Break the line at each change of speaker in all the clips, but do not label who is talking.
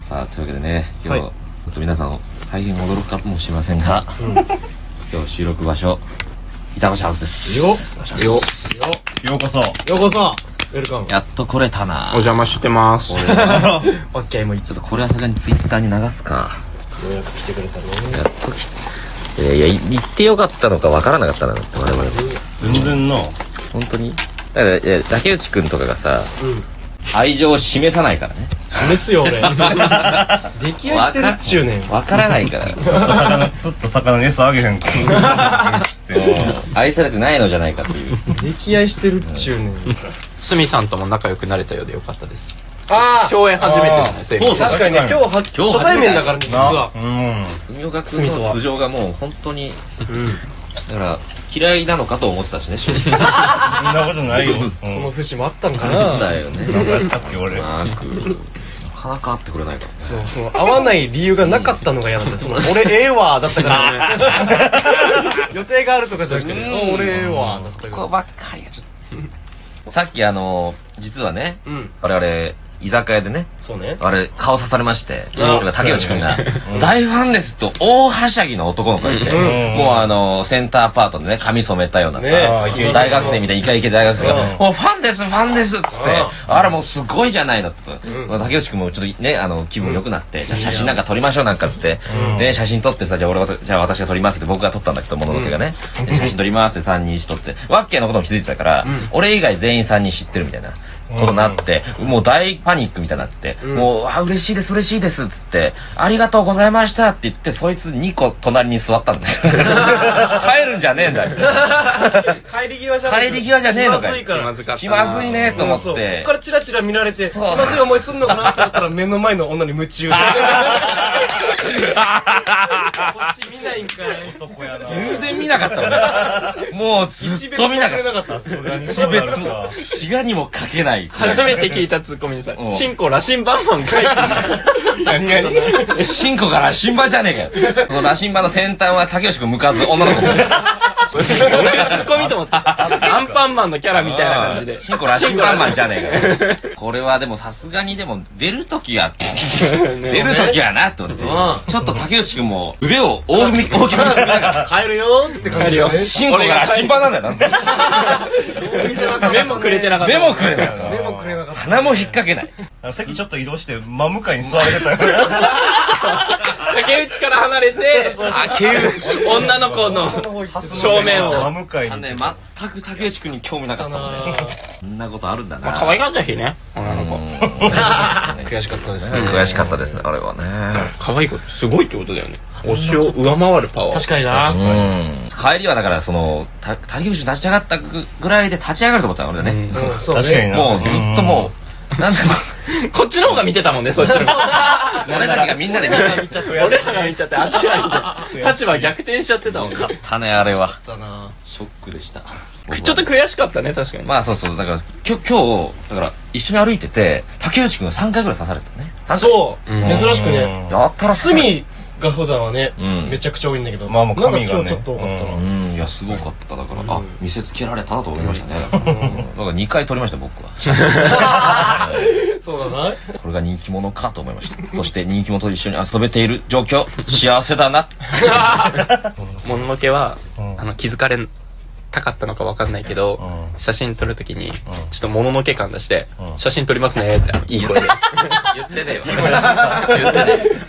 さあというわけでね今日、
はい
ちょっと皆さん大変驚くかもしれませんが、今日収録場所板橋ハウスです
よ
よ
ようこそ。
ようこそウェルカム
やっと来れたな
お邪魔してます
こ。れは
オッケーもういっ
ち
つ
ょっとこれはさすがにツイッターに流すか
ようやく来てくれたね
やっと来て、えーいやい言ってよかったのかわからなかったなだって我々も
全然の。
本当にだからいや竹内くんとかがさ、愛情を示さないからね
示すよ俺溺愛してるっちゅうねん
わからない から
すっと魚、すっと魚に餌あげへんか。って。
愛されてないのじゃないかという
溺愛してるっちゅうねん
すみさんとも仲良くなれたようでよかったです
あ
共演初めてなんですよ今
確かにね今日は
今日初めて
初対面だからね実
な
は。
うん。
住岡君の素性がもう本当にだから嫌いなのかと思ってたしね正直
そんなことないよ。
その節もあったのか
あった
な
よ
なん
ね
かやったっけ俺。
マークなかなか会ってくれないからね
そうその合わない理由がなかったのが嫌だったその俺ええわだった からね予定があるとかじゃなくてお俺ええわだったから
こばっかりがちょっとさっきあの実はね
うん
我々居酒屋でね
そうね
あれ顔刺されまして
あ
竹内くんが「大ファンです」と大はしゃぎの男の子がいて
ん
もうあのセンターパートでね髪染めたようなさ
ねえ
ああ、いける。
大学生みたいなイカイケ大学生が
う
「もうファンですファンです」っつって「あらもうすごいじゃないの」って言うと竹内君もちょっとねあの気分良くなって「じゃあ写真なんか撮りましょう」なんかっつってね写真撮ってさ「じゃあ俺はじゃあ私が撮ります」って僕が撮ったんだけどもののけがね「で写真撮ります」って3人一撮ってワッキーのことも気づいてたから俺以外全員3人知ってるみたいな。ことになって、もう大パニックみたいになって、もう、あ、嬉しいです、嬉しいです、っつって、ありがとうございましたって言って、そいつ2個隣に座ったん ですよ。帰るんじゃねえんだよ。
帰り際じゃ
帰り際じゃねえのかよ
気まずいから
ずかった
気
な
まずいねと思
そ
っ
うこってか。らチラチラ見られて気
そう
まずい思いすんのかなと思ったら目の前の女に夢中でこっち見ないんかい
男やな。
全然見なかったもんね。もうずっと見なかっ
なかったそう
た。一別、滋賀にもかけない。
初めて聞いたツッコミにさ
う
「
ん
チンコ羅針盤マンかい」
何々
シンコが羅針盤じゃねえかよ。その羅針盤の先端は竹内くん向かず女の子。
俺がツッコミと思ったアンパンマンのキャラみたいな感じで
シンコ羅針盤マンじゃねえかよ。これはでもさすがにでも出るとき は、出るときはなと思って。ちょっと竹内くんも腕を大き く大きく見せながら。
帰るよって感じでね
シンコが羅針盤なんだよなんつって。
目もくれてなかっ
目
た
もくれない。
目もくれなかった
鼻も引っ掛けない。
あさっきちょっと移動して真向かいに座れてたよ。
竹内から離れて
竹内。
女の子の正面を
真向かい
あの
に。
ね、全く竹内くんに興味なかったもんね。そんなことあるんだな。
可愛かったしね女の子
悔
悔しかったです
悔しかったですね、あれはね。
可愛い子すごいってことだよね推しを上回るパワー
確かにな
うん。帰りはだから、その、た竹内くん立ち上がったぐらいで立ち上がると思ってたの、俺はね。
うんそう
確かに
ね
な。
もうずっともう、なんだろ
こっちの方が見てたもんねそっちの方が
う、俺たちがみんなで見て
見ちゃった
俺らが見ちゃってあっちら見て立場逆転しちゃってたもんね
勝ったね、あれは。
な
ショックでした。
ちょっと悔しかったね確かに
まあそうそう、だから、きょ今日、だから、一緒に歩いてて、竹内くんが3回ぐらい刺されたね。三
そう
うん
珍しくね
回やったら刺された
隅が普段はね
うん
めちゃくちゃ多いんだけど
まあもう髪が
な
ね
んか今日ちょっと多かったな
うんいやすごかっただから、あ見せつけられたなと思いましたね、だから2回撮りました僕は
そうだな
これが人気者かと思いましたそして人気者と一緒に遊べている状況幸せだな
もののけは、
うん
あの気づかれたかったのかわかんないけど、
う
写真撮るときに、ちょっともののけ感出して、写真撮りますねって、あの いい声で。
言ってねえよ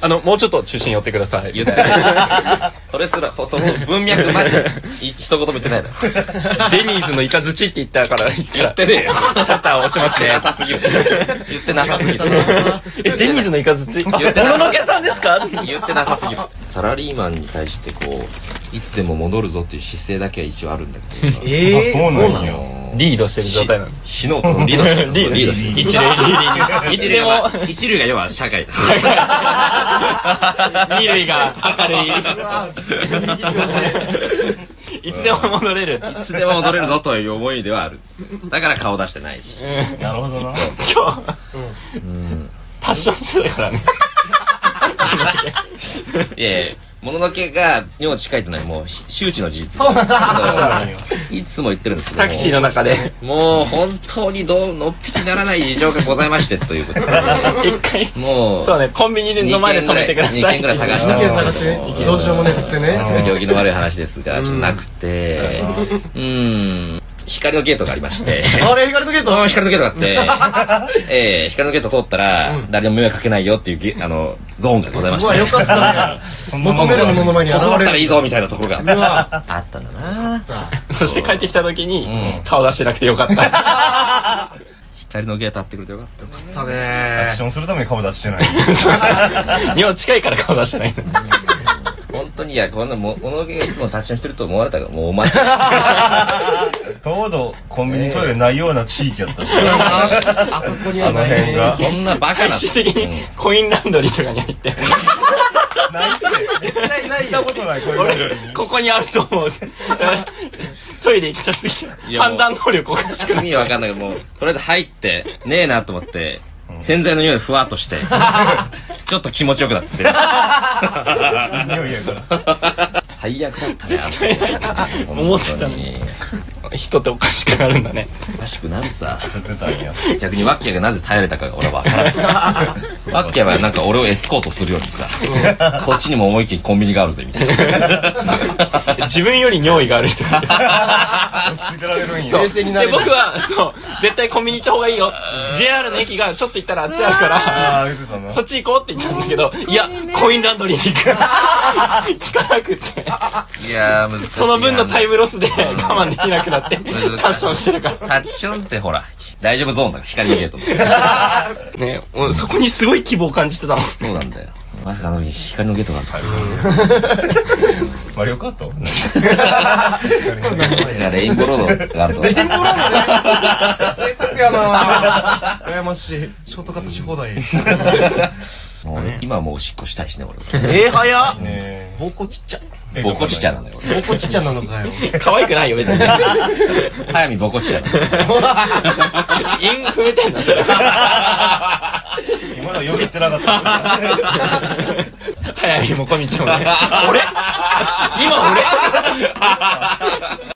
あの、もうちょっと中心寄ってください。言って。
それすらその文脈まで一言も言ってないだろ
デニーズのイカズチって言ったから、言って
ねえよ
シャッターを押しますね
な。さすぎる言ってなさすぎる
え、デニーズのイカズチも
言ってな
ののけさんですか
言ってなさすぎるサラリーマンに対してこういつでも戻るぞっていう姿勢だけは一応あるんだけ ど
え
あそう
そう
な
なんの
よ。
よ
リードしてる状態なの。
死のうとリードしてる リードしてる
一流リーディング。いつ
一
で
流
も
が、一流が要は社会だ。
二類が明るい。いつでも戻れる。
いつでも踊れるぞという思いではある。だから顔出してないし。
なるほどな。
今日、 パッションしてたからね。
いやいや、もののけが尿近いってのはもう周知の事実
そうなん だ
いつも言ってるんですけど
タクシーの中 で
もう本当にどうのっぴきならない事情がございましてということで
一回
もう
そうねコンビニでの前で止めてください
2軒ぐらい探した
意
んで
見
すけど
探して、どうしようもねっつってね。
ちょっと病気の悪い話ですが、ちょっとなくて、うん、光のゲートがありまして、
あれ、光とゲー
そのまま
ト
光のゲートがあって、ええ光のゲート通ったら、誰にも迷惑かけないよっていうゲ、あの、ゾーンがございまし
うわ、
て、
よかったね。
そんな
求めるものの前に
こ
現
こだった
れ
ら
る。
いいぞみたいなところが
うわ、
あったんだな
そして帰ってきた時に顔出してなくてよかった
光のゲートあってくれてよかった。
た
ア
ね
クシ。ョンするために顔出してない。
尿近いから顔出してないの
本当に、いや、こんなも、物置がいつも立ちションしてると思われたから、もうお前、
ちょうどコンビニトイレないような地域やったし。
あそこにはない
あの辺が
そんなバカ
最
な。
終的にコインランドリーとかに入って
ないって。絶対ない。たことない、こういうの
ここにあると思うトイレ行きたすぎ
い
て
やも
判
う
断能力おかしく
意
ない
味わかんないけど、もう、とりあえず入って、ねえなと思って、洗剤の匂いふわっとして、ちょっと気持ちよくなって。
匂いやから。
最悪だったね、あの時
思ってた
本
の
当
に人っておかしくなるん だね
おかしくなるさ。
やってたんや。
逆にワッキャがなぜ耐えれたかが俺は分からない。ワッキャはなんか俺をエスコートするようにさ、こっちにも思いっきりコンビニがあるぜ、みたいな。
自分より尿意がある人 がいる
落ち着けられるんや
そう。
冷静になれ
で
る
僕はそう絶対コンビニ行った方がいいよ JR の駅がちょっと行ったらあっちあるから
ああ、言ってたな。
そっち行こうって言ったんだけど、いや、コインランドリーに行く。聞かなくて。
いやー、難しいな。
その分のタイムロスで我慢できなくなって、ファッションしてるか
タッチションってほら、大丈夫ゾーンだから光のゲートの。
ら。ね、もうそこにすごい希望を感じてたもん。
そうなんだよ。まさかあの時光のゲートがあるとは。
マリオカート
まさかレインボーロードがあるとは。
贅沢やなぁ。羨ましい。ショートカットし放題。
もう今はもうおしっこしたいしね、俺。
えー、早っ。
ね
膀胱ちっちゃ。
え。
ボコちっちゃなんだよ。
膀胱ちっちゃなのかよ。
可愛くないよ、別に。
俺早見ボコちっちゃなんだよ
韻踏めてんだ、それ。
まだよぎってなかった。
早見もこみちもね。俺今俺